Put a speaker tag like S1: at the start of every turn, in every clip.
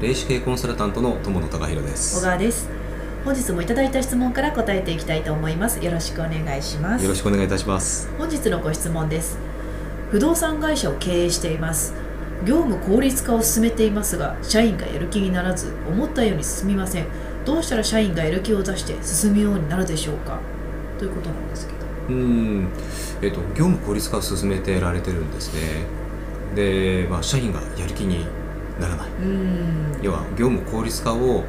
S1: 霊視系コンサルタントの友野貴弘で
S2: 小
S1: すよ
S2: 川です本日もいただいた質問から答えていきたいと思いますよろしくお願いします
S1: ろしくお願いいたします
S2: 本日のご質問です不動産会社を経営しています業務効率化を進めていますが社員がやる気にならず思ったように進みませんどうしたら社員がやる気を出して進むようになるでしょうかということなんですけど
S1: うんえっと業務効率化を進めてられてるんですねで、まあ、社員がやる気にならないう
S2: ーん
S1: 要は業務効率化を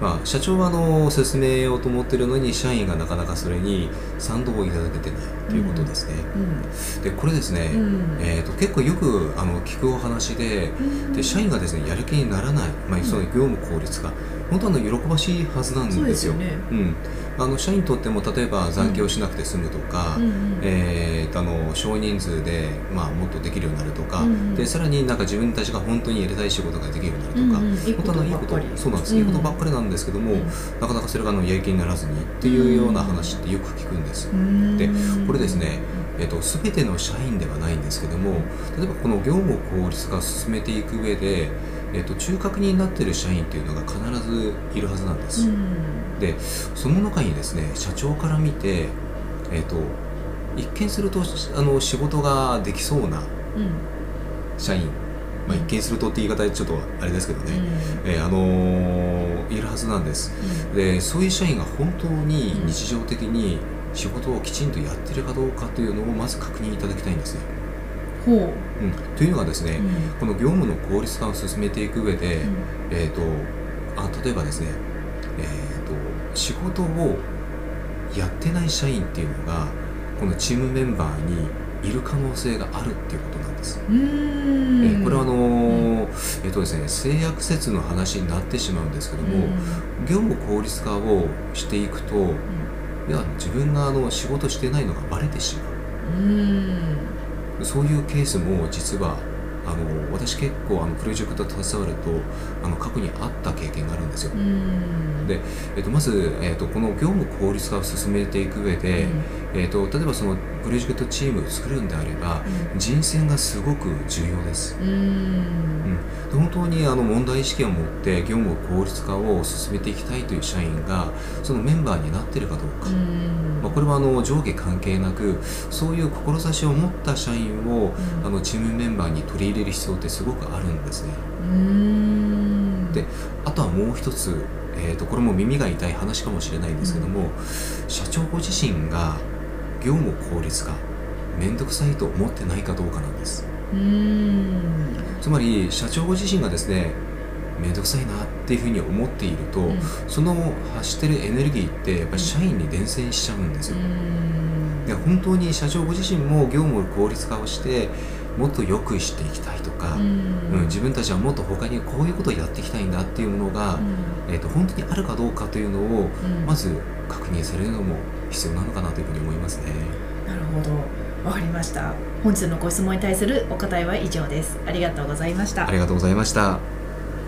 S1: まあ、社長はあの進めようと思ってるのに社員がなかなかそれに賛同をいただけてないということですね、
S2: うん
S1: でこれですね、
S2: うん
S1: えー、と結構よくあの聞くお話で
S2: うん
S1: で社員がですねやる気にならない、まあ、その業務効率化、本当はあの喜ばしいはずなんです
S2: そう
S1: よ
S2: ですよね
S1: うん、あの社員にとっても例えば残業しなくて済むとか、
S2: うんうん
S1: えー、とあの少人数で、まあ、もっとできるようになるとか、
S2: うん
S1: でさらになんか自分たちが本当にやりたい仕事ができるようになるとか、
S2: うんうんいいこ
S1: 本
S2: と
S1: 当のいい
S2: ばっ
S1: こ
S2: か
S1: と
S2: り
S1: そうなんです、いいことばっかりなんですけども、
S2: うん
S1: なかなかそれがあのやる気にならずにっていうような話ってよく聞くんです、
S2: うん
S1: でこれですねえっと、全ての社員ではないんですけども例えばこの業務を効率化を進めていく上で、えっと、中核になっている社員というのが必ずいるはずなんで
S2: う
S1: す、
S2: ん
S1: でその中にですね社長から見て、えっと、一見するとあの仕事ができそうな
S2: うん
S1: 社員、まあ、一見するとって言い方ちょっとあれですけどね、えーあのーいるはずなんですでそういう社員が本当に日常的に仕事をきちんとやってるかどうかというのをまず確認いただきたいんですね。
S2: うんほ
S1: う
S2: う
S1: ん、というのがですね、
S2: うん
S1: この業務の効率化を進めていく上で、えー、とあ例えばですね、えー、と仕事をやってない社員っていうのがこのチームメンバーにいる可能性があるっていうことなんです。
S2: うん
S1: えーこれはあのーえーとですね、制約説の話になってしまうんですけども、業務効率化をしていくと要は自分があの仕事してないのがバレてしまう。
S2: うん
S1: そういうケースも実はあの私結構あのプロジェクト携わるとあの過去にあった経験があるんですよ
S2: う。ん
S1: でえっと、まず、えっと、この業務効率化を進めていく上で、えっと、例えばそのプロジェクトチームを作るんであれば人選がすごく重要です。
S2: うんうん
S1: で本当にあの問題意識を持って業務効率化を進めていきたいという社員がそのメンバーになっているかどうか。まあ、これはあの上下関係なくそういう志を持った社員をあのチームメンバーに取り入れる必要ってすごくあるんですね
S2: うん
S1: であとはもう一つ、えー、とこれも耳が痛い話かもしれないんですけども、社長ご自身が業務効率化めんどくさいと思ってないかどうかなんです
S2: うん
S1: つまり社長ご自身がですねめんどくさいなっていうふうに思っていると、
S2: うん
S1: その発してるエネルギーってやっぱり社員に伝染しちゃうんですよ、
S2: うん
S1: で本当に社長ご自身も業務を効率化をしてもっと良くしていきたいとか、うん自分たちはもっと他にこういうことをやっていきたいんだっていうものが、えー、と本当にあるかどうかというのを
S2: うん
S1: まず確認されるのも必要なのかなというふうに思いますね。
S2: なるほどわかりました本日のご質問に対するお答えは以上ですありがとうございました
S1: ありがとうございました。